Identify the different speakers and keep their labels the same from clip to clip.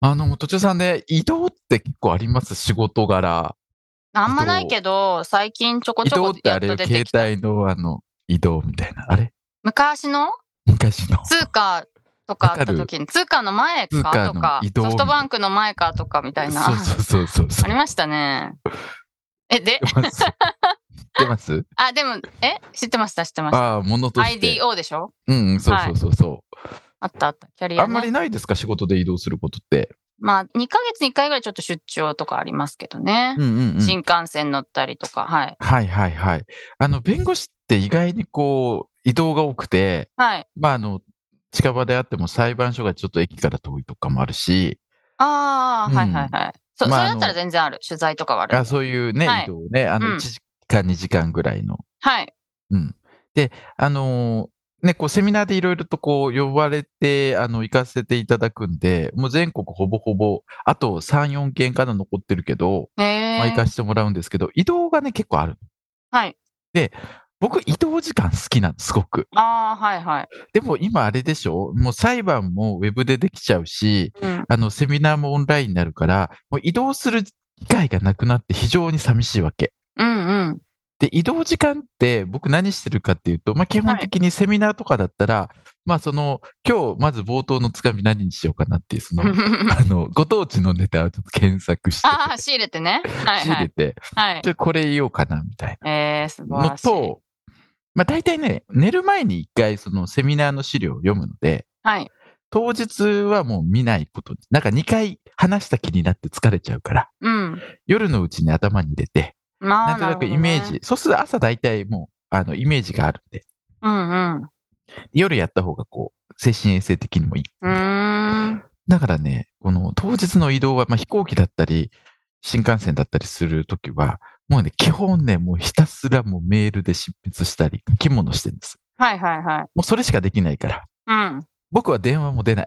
Speaker 1: あの、途中さんで移動って結構あります仕事柄。
Speaker 2: あんまないけど最近ちょこ
Speaker 1: 移
Speaker 2: ちょ
Speaker 1: 動
Speaker 2: こ
Speaker 1: ってあ
Speaker 2: やっ
Speaker 1: れ
Speaker 2: と
Speaker 1: よ、
Speaker 2: 出
Speaker 1: 携
Speaker 2: てきた
Speaker 1: 帯のあの、移動みたいな。あれ
Speaker 2: 昔の
Speaker 1: 昔の。
Speaker 2: 通貨とかあった時に通貨の前
Speaker 1: 通貨
Speaker 2: か
Speaker 1: の
Speaker 2: とか
Speaker 1: 移動
Speaker 2: ソフトバンクの前かとかみたいな
Speaker 1: そうそうそうそう。
Speaker 2: ありましたねえで
Speaker 1: 知ってます 知ってます
Speaker 2: あでもえ知ってました知ってました
Speaker 1: ああ、ものとして。
Speaker 2: IDO でしょ
Speaker 1: うんうん、そうそうそうそ
Speaker 2: あったあったキャ
Speaker 1: う、
Speaker 2: リア、ね、
Speaker 1: あんまりないですか仕事で移動することって。
Speaker 2: まあ2ヶ月に1回ぐらいちょっと出張とかありますけどね
Speaker 1: うん、うんうん。
Speaker 2: 新幹線乗ったりとかはい
Speaker 1: はいはいはい。あの、弁護士って意外にこう、移動が多くて、
Speaker 2: はい
Speaker 1: まああの、近場であっても裁判所がちょっと駅から遠いとかもあるし、
Speaker 2: ああ、
Speaker 1: うん
Speaker 2: はいはいはいそ
Speaker 1: まあ
Speaker 2: それだったら全然ある取材とかはある
Speaker 1: あそういうね、
Speaker 2: はい
Speaker 1: 移動ね、あの、
Speaker 2: うん
Speaker 1: 1時間、2時間ぐらいの。
Speaker 2: はい
Speaker 1: うん。で、あのーね、こう、セミナーでいろいろとこう、呼ばれて、あの、行かせていただくんで、もう全国ほぼほぼ、あと3、4件かな残ってるけど、
Speaker 2: へ
Speaker 1: まあ、行
Speaker 2: え
Speaker 1: かせてもらうんですけど、移動がね、結構ある。
Speaker 2: はい
Speaker 1: 僕、移動時間好きなんです、すごく。
Speaker 2: ああはいはい、
Speaker 1: でも今あれでしょもう裁判もウェブでできちゃうし、
Speaker 2: うん、
Speaker 1: あの、セミナーもオンラインになるから、もう移動する機会がなくなって非常に寂しいわけ。
Speaker 2: うんうん
Speaker 1: で、移動時間って僕何してるかっていうと、まあ、基本的にセミナーとかだったら、まあその、今日まず冒頭のつかみ何にしようかなっていう、その、あの、ご当地のネタをちょっと検索して、
Speaker 2: ああ仕入れてねはい
Speaker 1: 仕入
Speaker 2: は
Speaker 1: れ
Speaker 2: い
Speaker 1: て、
Speaker 2: はい
Speaker 1: ちょこれ言おうかなみたい
Speaker 2: えー、素
Speaker 1: な
Speaker 2: 晴
Speaker 1: の
Speaker 2: らしい。
Speaker 1: と、まあ大体ね、寝る前に一回そのセミナーの資料を読むので、
Speaker 2: はい。
Speaker 1: 当日はもう見ないことに、なんか2回話した気になって疲れちゃうから、
Speaker 2: うん。
Speaker 1: 夜のうちに頭に入れて、
Speaker 2: まあ、
Speaker 1: なんとなくイメージ、
Speaker 2: る
Speaker 1: そうすると朝大体もう、あの、イメージがあるんで、
Speaker 2: ほどね。うんうん。う
Speaker 1: 夜やった方がこう、精神衛生的にもいい。
Speaker 2: ーん。
Speaker 1: だからね、この当日の移動は、まあ、飛行機だったり、新幹線だったりするときは、もうね、基本ね、もうひたすらもうメールで執筆したり、書き物してるんです。
Speaker 2: はいはいはい。
Speaker 1: もうそれしかできないから。
Speaker 2: うん。
Speaker 1: 僕は電話も出ない。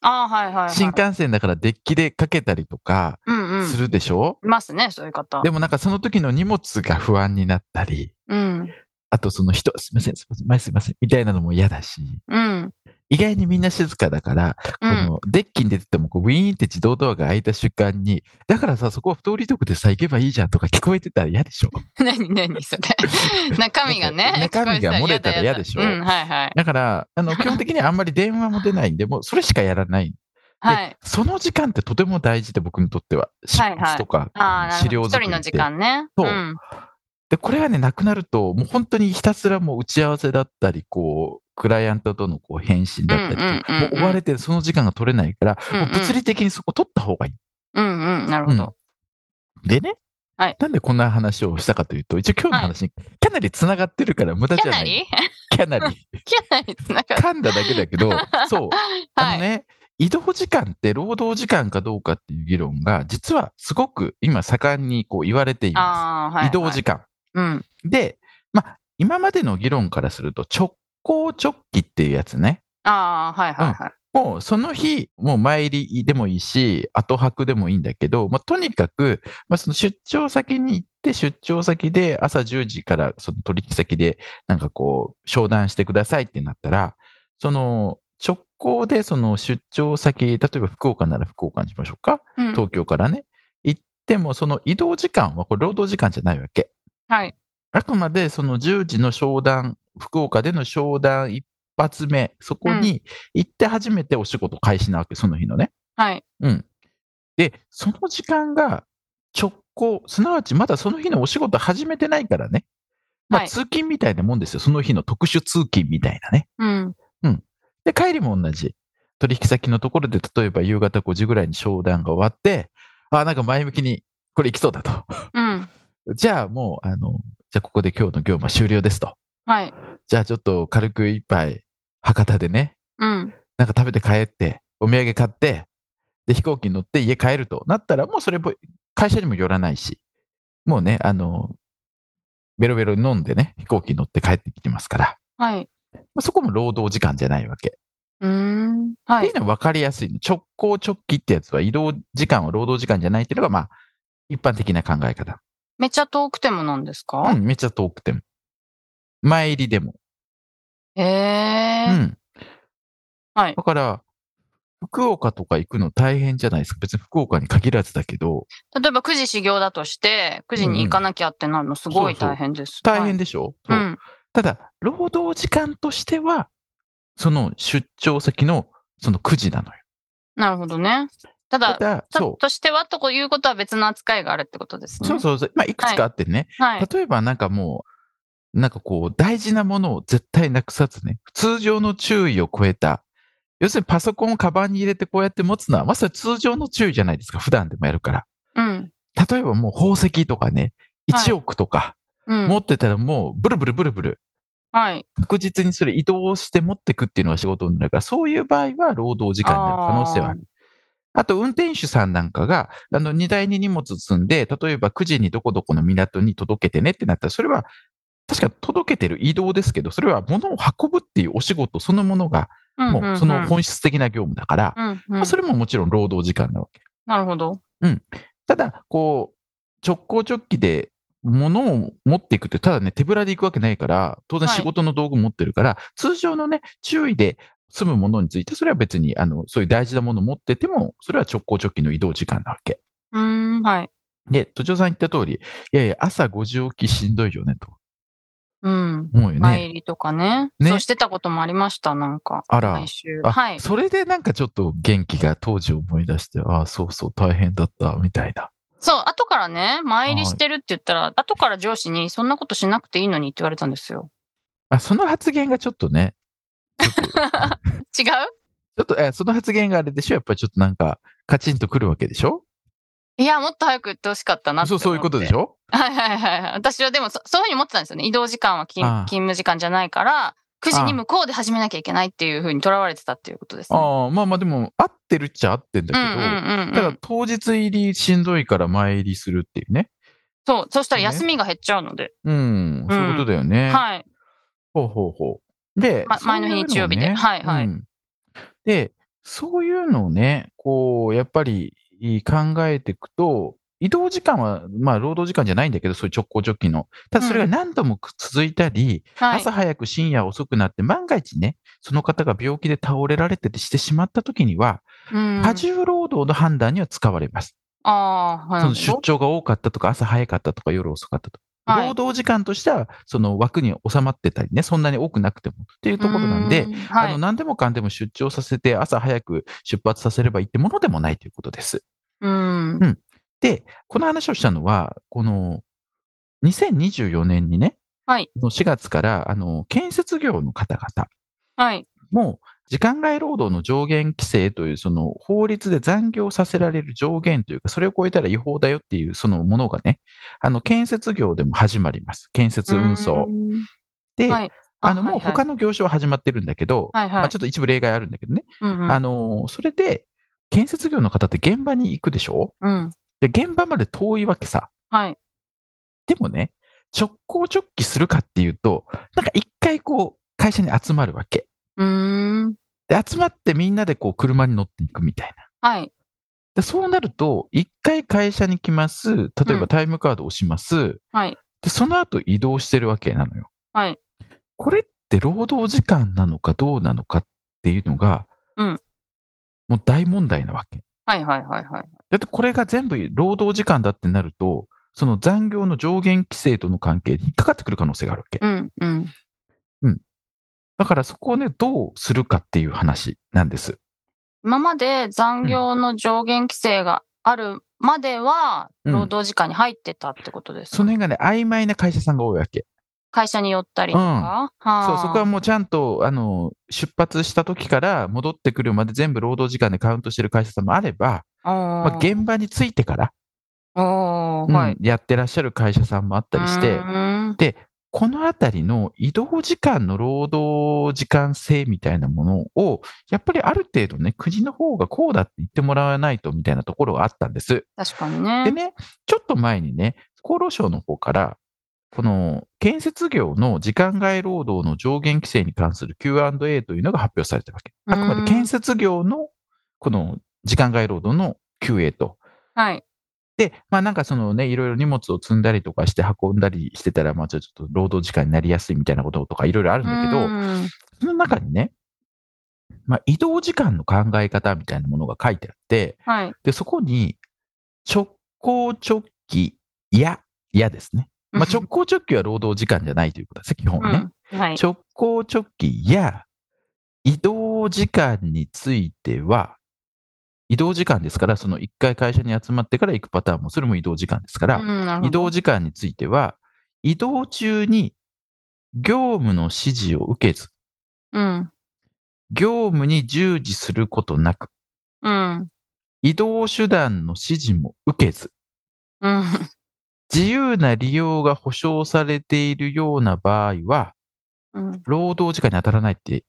Speaker 2: ああ、はいはい、はい。
Speaker 1: 新幹線だからデッキでかけたりとか
Speaker 2: うんうん。
Speaker 1: するでしょ、
Speaker 2: いますね、そういう方。
Speaker 1: でもなんかその時の荷物が不安になったり、
Speaker 2: うん。
Speaker 1: あとその人、すいません、すいません、前すいません、みたいなのも嫌だし、
Speaker 2: うん。
Speaker 1: 意外にみんな静かだから、
Speaker 2: う
Speaker 1: こ
Speaker 2: ん。
Speaker 1: のデッキに出ててもこうウィーンって自動ドアが開いた瞬間に、だからさ、そこは不通り徳でさ、行けばいいじゃんとか聞こえてたら嫌でしょ。
Speaker 2: 何何 それ。中身がね。
Speaker 1: 中身が
Speaker 2: 聞こ
Speaker 1: 漏
Speaker 2: えて
Speaker 1: れたら嫌でしょ
Speaker 2: うん、はいはい。
Speaker 1: だから、あ の、基本的にあんまり電話も出ないんで、もうそれしかやらない。
Speaker 2: はい。
Speaker 1: その時間ってとても大事で僕にとっては。執
Speaker 2: はいはい
Speaker 1: 筆とか、
Speaker 2: ああ、な
Speaker 1: 資
Speaker 2: る
Speaker 1: 料
Speaker 2: ほど。一
Speaker 1: 作り
Speaker 2: 人の
Speaker 1: って
Speaker 2: 時間ね。。
Speaker 1: そうんで、これがね、なくなると、もう本当にひたすらもう打ち合わせだったり、こう、クライアントとのこう返信だったりとか、
Speaker 2: うんうんうん
Speaker 1: も
Speaker 2: うん
Speaker 1: う追われてその時間が取れないから、
Speaker 2: うんうん
Speaker 1: もう物理的にそこ取った方がいい。
Speaker 2: うんうん。なるほど。
Speaker 1: でね、
Speaker 2: はい
Speaker 1: なんでこんな話をしたかというと、一応今日の話にかなりつながってるから無駄
Speaker 2: キ
Speaker 1: じ
Speaker 2: ャ
Speaker 1: ゃない。
Speaker 2: ナリ
Speaker 1: キャナリ。
Speaker 2: キャナリつながる。
Speaker 1: 噛んだだけだけど、そう。あ
Speaker 2: は
Speaker 1: の
Speaker 2: い。
Speaker 1: ね、移動時間って労働時間かどうかっていう議論が、実はすごく今盛んにこう言われていま
Speaker 2: ああ、
Speaker 1: す。
Speaker 2: はい。
Speaker 1: 移動時間。
Speaker 2: 間。うん。
Speaker 1: で、まあ、今までの議論からすると、直行直帰っていうやつね。
Speaker 2: ああ、はいはいはい。
Speaker 1: もうその日、もう前入りでもいいし、後泊でもいいんだけど、まあ、とにかく、まあ、その出張先に行って、出張先で朝10時からその取引先で、なんかこう、商談してくださいってなったら、その直行でその出張先、例えば福岡なら福岡にしましょうか。
Speaker 2: うん
Speaker 1: 東京からね。行っても、その移動時間はこれ労働時間じゃないわけ。
Speaker 2: はい。
Speaker 1: あくまでその10時の商談、福岡での商談一発目、そこに行って初めてお仕事開始なわけ、その日のね。
Speaker 2: はい。
Speaker 1: うん。で、その時間が直行、すなわちまだその日のお仕事始めてないからね。ま
Speaker 2: は
Speaker 1: あ、
Speaker 2: い
Speaker 1: 通勤みたいなもんですよ。その日の特殊通勤みたいなね。
Speaker 2: うん。
Speaker 1: で、帰りも同じ。取引先のところで、例えば夕方5時ぐらいに商談が終わって、ああ、なんか前向きに、これ行きそうだと。
Speaker 2: うん。
Speaker 1: じゃあもう、あの、じゃあここで今日の業務は終了ですと。
Speaker 2: はい。
Speaker 1: じゃあちょっと軽く一杯、博多でね、
Speaker 2: うん。
Speaker 1: なんか食べて帰って、お土産買って、で、飛行機に乗って家帰るとなったら、もうそれ、会社にも寄らないし、もうね、あの、ベロベロ飲んでね、飛行機に乗って帰ってきてますから、
Speaker 2: はい。
Speaker 1: まあそこも労働時間じゃないわけ。
Speaker 2: うーん。は
Speaker 1: ってい。
Speaker 2: いう
Speaker 1: のは分かりやすいの。直行直帰ってやつは移動時間は労働時間じゃないっていうのが、まあ、一般的な考え方。
Speaker 2: めっちゃ遠くてもなんですか、
Speaker 1: うん、めっちゃ遠くても。前入りでも。
Speaker 2: へ
Speaker 1: う
Speaker 2: え、
Speaker 1: ん。
Speaker 2: はい。
Speaker 1: だから、福岡とか行くの大変じゃないですか。別に福岡に限らずだけど、
Speaker 2: 例えば9時始業だとして、9時に行かなきゃってなるのすごい
Speaker 1: そうそう
Speaker 2: 大変です。
Speaker 1: 大変
Speaker 2: で
Speaker 1: でしょ、
Speaker 2: う。
Speaker 1: そうんただ、労働時間としては、その出張先のその9時なのよ。
Speaker 2: なるほどね。た
Speaker 1: た
Speaker 2: だ、
Speaker 1: だ、
Speaker 2: ちょ
Speaker 1: そ
Speaker 2: っとしてはということは別の扱いがあるってことです
Speaker 1: う。
Speaker 2: ね。
Speaker 1: そうそうそう。まあ、いくつかあってね。
Speaker 2: はい。
Speaker 1: 例えばなんかもう、なんかこう、大事なものを絶対なくさずね、通常の注意を超えた。要するにパソコンをカバンに入れてこうやって持つのは、まさに通常の注意じゃないですか、普段でもやるから。
Speaker 2: うん。
Speaker 1: 例えばもう宝石とかね、
Speaker 2: はい
Speaker 1: 1億とか、
Speaker 2: うん。
Speaker 1: 持ってたらもうブルブルブルブル、
Speaker 2: はい。
Speaker 1: 確実にそれ移動して持ってくっていうのが仕事になるから、そういう場合は労働時間になる可能性はある。あと、運転手さんなんかが、あの、荷台に荷物積んで、例えば9時にどこどこの港に届けてねってなったら、それは、確か届けてる移動ですけど、それは物を運ぶっていうお仕事そのものが、
Speaker 2: うんうんうん
Speaker 1: もうその本質的な業務だから、
Speaker 2: うんうん
Speaker 1: まあそれももちろん労働時間なわけ。
Speaker 2: なるほど。
Speaker 1: ただ、こう、直行直帰で物を持っていくって、ただね、手ぶらで行くわけないから、当然
Speaker 2: はい
Speaker 1: 仕事の道具持ってるから、通常のね、注意で済むものについて、それは別に、あの、そういう大事なものを持ってても、それは直行直帰の移動時間なわけ。
Speaker 2: うーん。はい。
Speaker 1: で、都庁さん言った通り、いやいや、朝5時起きしんどいよね、と
Speaker 2: うん。
Speaker 1: 思うよ
Speaker 2: 参
Speaker 1: ね。
Speaker 2: りとかね
Speaker 1: ね
Speaker 2: そうしてたこともありました、なんか。
Speaker 1: あら
Speaker 2: 毎、週。
Speaker 1: あ
Speaker 2: はい。
Speaker 1: それでなんかちょっと元気が当時思い出して、ああ、そうそう、大変だった、みたいな。
Speaker 2: そう、後からね、参りしてるって言ったら、後から上司に、そんなことしなくていいのにって言われたんです よ。
Speaker 1: あ、その発言がちょっとね、ちょっと、ち
Speaker 2: 違う
Speaker 1: ょっとえその発言があれでしょやっぱりちょっとなんか、カチンとくるわけでしょ
Speaker 2: いや、もっと早く言ってほしかったなって
Speaker 1: そう、そういうことでし
Speaker 2: ょ
Speaker 1: ょ
Speaker 2: はいはいはいはい。私はでもそ、そういうふうに思ってたんですよね。移動時間は勤
Speaker 1: ああ
Speaker 2: 勤務時間じゃないから、9時
Speaker 1: ああ
Speaker 2: に向こうで始めなきゃいけないっていうふうにとらわれてたっていうことですね。
Speaker 1: ああ、まあまあでも、合ってるっちゃ合ってんだ
Speaker 2: うん
Speaker 1: けど、
Speaker 2: うんうん
Speaker 1: た
Speaker 2: う
Speaker 1: だ
Speaker 2: ん。
Speaker 1: 当日入りしんどいから前入りするっていうね。
Speaker 2: そう、そしたら
Speaker 1: ね
Speaker 2: 休みが減っちゃうので。
Speaker 1: うん、そういうことだよね。
Speaker 2: はい。
Speaker 1: ほうほうほう。で、
Speaker 2: ま前の日日曜日で
Speaker 1: そううのを
Speaker 2: はいはい
Speaker 1: んで、そういうのをね、こう、やっぱりいい考えていくと、移動時間は、まあ、労働時間じゃないんだけど、そういう直行直帰の。ただ、それが何度もく続いたり、
Speaker 2: はい。
Speaker 1: 朝早く深夜遅くなって、万が一ね、その方が病気で倒れられててしてしまった時には、
Speaker 2: うん
Speaker 1: 過重労働の判断には使われます。
Speaker 2: ああ、はい。
Speaker 1: その出張が多かったとか、朝早かったとか、夜遅かったとか。
Speaker 2: はい
Speaker 1: 労働時間としては、その枠に収まってたりね、そんなに多くなくてもっていうところなんで
Speaker 2: う、んは
Speaker 1: あ
Speaker 2: い、
Speaker 1: の、何でもかんでも出張させて、朝早く出発させればいいってものでもないということです。
Speaker 2: うん。
Speaker 1: で、この話をしたのは、この、2024年にね、
Speaker 2: はい
Speaker 1: この4月から、あの、建設業の方々
Speaker 2: はい。
Speaker 1: も、時間外労働の上限規制という、その法律で残業させられる上限というか、それを超えたら違法だよっていう、そのものがね、あの、建設業でも始まります。建設運送
Speaker 2: う。ん
Speaker 1: で、
Speaker 2: はい
Speaker 1: あの、もう
Speaker 2: はいはい
Speaker 1: 他の業種は始まってるんだけど、
Speaker 2: はいはい
Speaker 1: まあちょっと一部例外あるんだけどね。
Speaker 2: うんうん
Speaker 1: あのーそれで、建設業の方って現場に行くでしょ
Speaker 2: うん。
Speaker 1: で、現場まで遠いわけさ。
Speaker 2: はい。
Speaker 1: でもね、直行直帰するかっていうと、なんか一回こう、会社に集まるわけ。
Speaker 2: うーん。
Speaker 1: で、集まってみんなでこう、車に乗っていくみたいな。
Speaker 2: はい。
Speaker 1: で、そうなると、一回会社に来ます。例え
Speaker 2: う
Speaker 1: ば
Speaker 2: ん
Speaker 1: タイムカード押します。
Speaker 2: はい。
Speaker 1: で、その後移動してるわけなのよ。
Speaker 2: はい。
Speaker 1: これって労働時間なのかどうなのかっていうのが、
Speaker 2: うん
Speaker 1: もう大問題なわけ。
Speaker 2: はいはいはいはい。
Speaker 1: だってこれが全部労働時間だってなると、その残業の上限規制との関係に引っかかってくる可能性があるわけ。
Speaker 2: うんうん。
Speaker 1: だからそこをね、どうするかっていう話なんです。
Speaker 2: 今まで残業の上限規制があるまでは、
Speaker 1: うん
Speaker 2: 労働時間に入ってたってことですか、
Speaker 1: その辺がね、曖昧な会社さんが多いわけ。
Speaker 2: 会社に寄ったりとか。は
Speaker 1: そう、そこは
Speaker 2: も
Speaker 1: もうちゃんと、あの、出発した時から戻ってくるまで全部労働時間でカウントしてる会社さんもあれば、
Speaker 2: う、
Speaker 1: まあ、現場についてから、
Speaker 2: おーはい。
Speaker 1: うんやってらっしゃる会社さんもあったりして、
Speaker 2: うーん
Speaker 1: で、このあたりの移動時間の労働時間制みたいなものを、やっぱりある程度ね、国の方がこうだって言ってもらわないとみたいなところがあったんです。
Speaker 2: 確かにね。
Speaker 1: でね、ちょっと前にね、厚労省の方から、この建設業の時間外労働の上限規制に関する Q&A というのが発表されたわけ。あくま
Speaker 2: うん
Speaker 1: で建設業のこの時間外労働の QA と、
Speaker 2: はい。
Speaker 1: で、まあなんかそのね、いろいろ荷物を積んだりとかして運んだりしてたら、まあちょっと労働時間になりやすいみたいなこととかいろいろあるんだけ
Speaker 2: う
Speaker 1: ど、
Speaker 2: ん
Speaker 1: その中にね、まあ移動時間の考え方みたいなものが書いてあって、
Speaker 2: はい。
Speaker 1: で、そこに直行直帰や、やですね。まあ直行直帰は労働時間じゃないということですね、基本はね。
Speaker 2: うんはい。
Speaker 1: 直行直帰や移動時間については、移動時間ですから、その1回会社に集まってから行くパターンも、それも移動時間ですから、
Speaker 2: うんなるほど
Speaker 1: 移動時間については、移動中に業務の指示を受けず、
Speaker 2: うん。
Speaker 1: 業務に従事することなく、
Speaker 2: うん。
Speaker 1: 移動手段の指示も受けず、
Speaker 2: うん。
Speaker 1: 自由な利用が保障されているような場合は、
Speaker 2: うん。
Speaker 1: 労働時間に当たらないって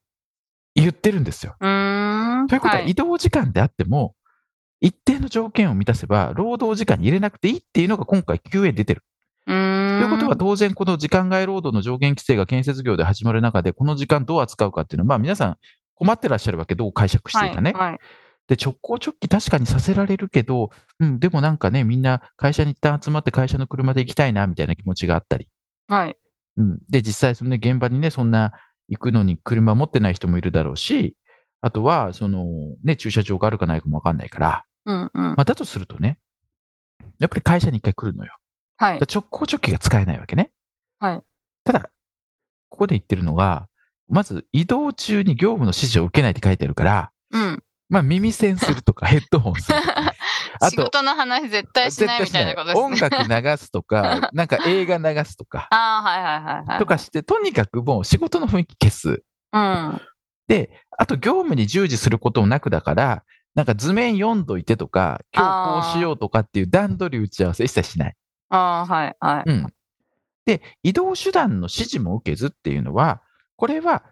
Speaker 1: 言ってるんですよ。
Speaker 2: うーん。
Speaker 1: ということは、
Speaker 2: はい
Speaker 1: 移動時間であっても、一定の条件を満たせば、労働時間に入れなくていいっていうのが今回 QA 出てる。
Speaker 2: う
Speaker 1: と
Speaker 2: ーん
Speaker 1: いうことは、当然、この時間外労働の上限規制が建設業で始まる中で、この時間どう扱うかっていうのは、まあ皆さん困ってらっしゃるわけ、どう解釈していかね。
Speaker 2: はいはい
Speaker 1: で、直行直帰確かにさせられるけど、うん、でもなんかね、みんな会社に一旦集まって会社の車で行きたいな、みたいな気持ちがあったり。
Speaker 2: はい。
Speaker 1: うん、で、実際、そのね、現場にね、そんな行くのに車持ってない人もいるだろうし、あとは、その、ね、駐車場があるかないかもわかんないから、
Speaker 2: うんうん。
Speaker 1: まあ、だとするとね、やっぱり会社に一回来るのよ。
Speaker 2: はい
Speaker 1: だ。から直行直帰が使えないわけね。
Speaker 2: はい。
Speaker 1: ただ、ここで言ってるのが、まず移動中に業務の指示を受けないって書いてあるから、
Speaker 2: うん。
Speaker 1: まあ耳栓すると かヘッドホンするとか。あ
Speaker 2: 仕
Speaker 1: と、
Speaker 2: 事の話絶対しないみたいなことですね。
Speaker 1: 音楽流すとか、なんか映画流すとか、
Speaker 2: ああ、はいはい はいはい。
Speaker 1: とかして、とにかくもう仕事の雰囲気消す。
Speaker 2: うん。
Speaker 1: で、あと業務に従事することもなくだから、なんか図面読んどいてとか、今日こうしようとかっていう段取り打ち合わせ一切しない。
Speaker 2: ああ、はいはい。
Speaker 1: うん。で、移動手段の指示も受けずっていうのは、これは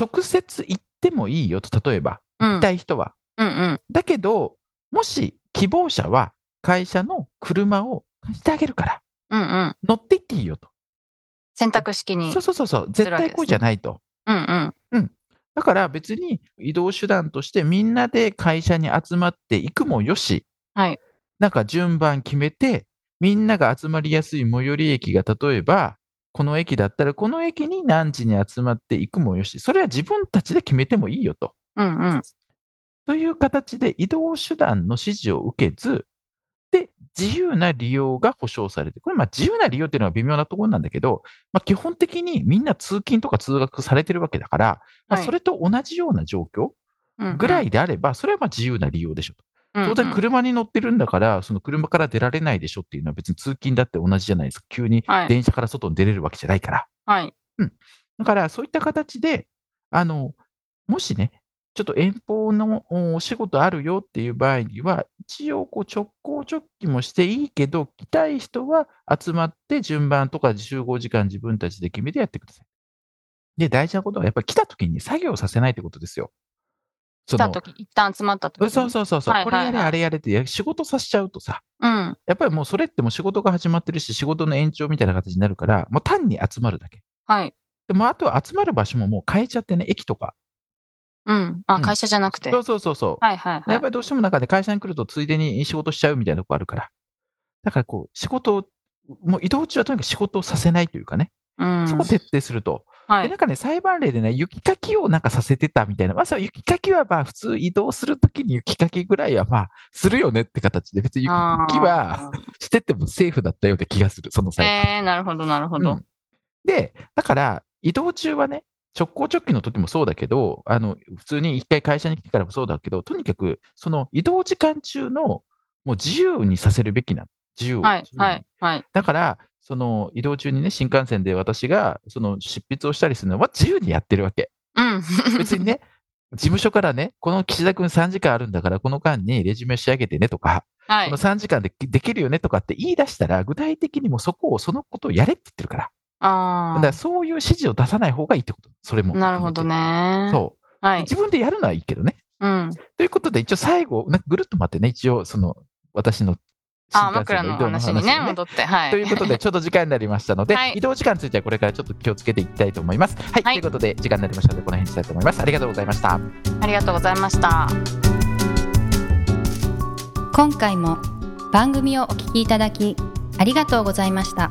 Speaker 1: 直接行ってもいいよと、例えば、
Speaker 2: うん。う
Speaker 1: 行き
Speaker 2: ん
Speaker 1: たい人は。
Speaker 2: うん。
Speaker 1: だけど、もし希望者は会社の車を貸してあげるから、
Speaker 2: うんうん。
Speaker 1: 乗って行っていいよと。
Speaker 2: 選択式に
Speaker 1: そう。そうそうそう、絶対こうじゃないと。
Speaker 2: うんうん。
Speaker 1: だから別に移動手段としてみんなで会社に集まっていくもよし、
Speaker 2: はい
Speaker 1: なんか順番決めて、みんなが集まりやすい最寄り駅が例えば、この駅だったらこの駅に何時に集まっていくもよし、それは自分たちで決めてもいいよと。
Speaker 2: うんうん。
Speaker 1: という形で移動手段の指示を受けず、で、自由な利用が保障されて、これ、まあ自由な利用っていうのは微妙なところなんだけど、まあ基本的にみんな通勤とか通学されてるわけだから、まあ
Speaker 2: はい
Speaker 1: それと同じような状況、ぐら
Speaker 2: い。
Speaker 1: いであれば、それはまあ自由な利用でしょと。
Speaker 2: うんうん
Speaker 1: 当然、車に乗ってるんだから、その車から出られないでしょっていうのは別に通勤だって同じじゃないですか。急に
Speaker 2: はい
Speaker 1: 電車から外に出れるわけじゃないから。
Speaker 2: はい。
Speaker 1: だから、そういった形で、あの、もしね、ちょっと遠方のおお仕事あるよっていう場合には、一応こう直行直帰もしていいけど、来たい人は集まって順番とか集合時間自分たちで決めてやってください。で、大事なことは、やっぱり来た時に作業させないってことですよ。そ
Speaker 2: 来た
Speaker 1: の
Speaker 2: 時一旦集まった時
Speaker 1: う
Speaker 2: に。
Speaker 1: んそうそうそうそう、
Speaker 2: はいはいはい
Speaker 1: これやれあれやれってや仕事させちゃうとさ、
Speaker 2: うん。
Speaker 1: やっぱりもうそれってもう仕事が始まってるし、仕事の延長みたいな形になるから、もう単に集まるだけ。
Speaker 2: はい。
Speaker 1: でもあとは集まる場所ももう変えちゃってね、駅とか。
Speaker 2: うん。あ、
Speaker 1: うん
Speaker 2: 会社じゃなくて。
Speaker 1: そ
Speaker 2: は
Speaker 1: うそうそうそう。
Speaker 2: いはい
Speaker 1: や
Speaker 2: は
Speaker 1: っ
Speaker 2: い
Speaker 1: ぱ。りどうしても中で会社に来るとついでに仕事しちゃうみたいなとこあるから。だからこう、仕事を、もう移動中はとにかく仕事をさせないというかね、
Speaker 2: うん
Speaker 1: そこを徹底すると。
Speaker 2: は
Speaker 1: で、
Speaker 2: い
Speaker 1: なん。かね、裁判例でね、雪かきをなんかさせてたみたいな。まあ、その雪かきはまあ、普通移動するときに雪かきぐらいはまあ、するよねって形で、別に雪かきは、
Speaker 2: あー
Speaker 1: してってもセーフだったような気がする、その際。
Speaker 2: えー、なるほどなるほ
Speaker 1: う
Speaker 2: ど
Speaker 1: ん。で、だから、移動中はね、直行直帰の時もそうだけど、あの、普通に一回会社に来てからもそうだけど、とにかく、その移動時間中の、もう自由にさせるべきな、自由を。
Speaker 2: はい
Speaker 1: 自由に
Speaker 2: はいはい。
Speaker 1: だから、その移動中にね、新幹線で私が、その執筆をしたりするのは自由にやってるわけ。
Speaker 2: うん。
Speaker 1: 別にね、事務所からね、この岸田君3時間あるんだから、この間にレジュメ仕上げてねとか、
Speaker 2: は
Speaker 1: こ
Speaker 2: い
Speaker 1: の。3時間でできるよねとかって言い出したら、具体的にもうそこを、そのことをやれって言ってるから。だ
Speaker 2: あ
Speaker 1: から
Speaker 2: あ。
Speaker 1: そういう指示を出さない方がいいってこと。それも。
Speaker 2: なるほど。ね。
Speaker 1: そう。
Speaker 2: はい。
Speaker 1: 自分でやるのはいいけどね。
Speaker 2: うん。
Speaker 1: ということで、一応最後、なんかぐるっと待ってね、一応、その、私の新
Speaker 2: あ、
Speaker 1: 幹
Speaker 2: 枕
Speaker 1: 線の
Speaker 2: の
Speaker 1: 移動の
Speaker 2: 話
Speaker 1: 話
Speaker 2: にね、
Speaker 1: をね
Speaker 2: 戻って。はい。
Speaker 1: ということで、ちょうど時間になりましたので、
Speaker 2: はい
Speaker 1: 移動時間についてはこれからちょっと気をつけていきたいと思います。はい、
Speaker 2: はい
Speaker 1: ということで、時間になりましたので、この辺にしたいと思います。ありがとうございました。
Speaker 2: ありがとうございました。
Speaker 3: 今回も番組をお聞きいただきありがとうございました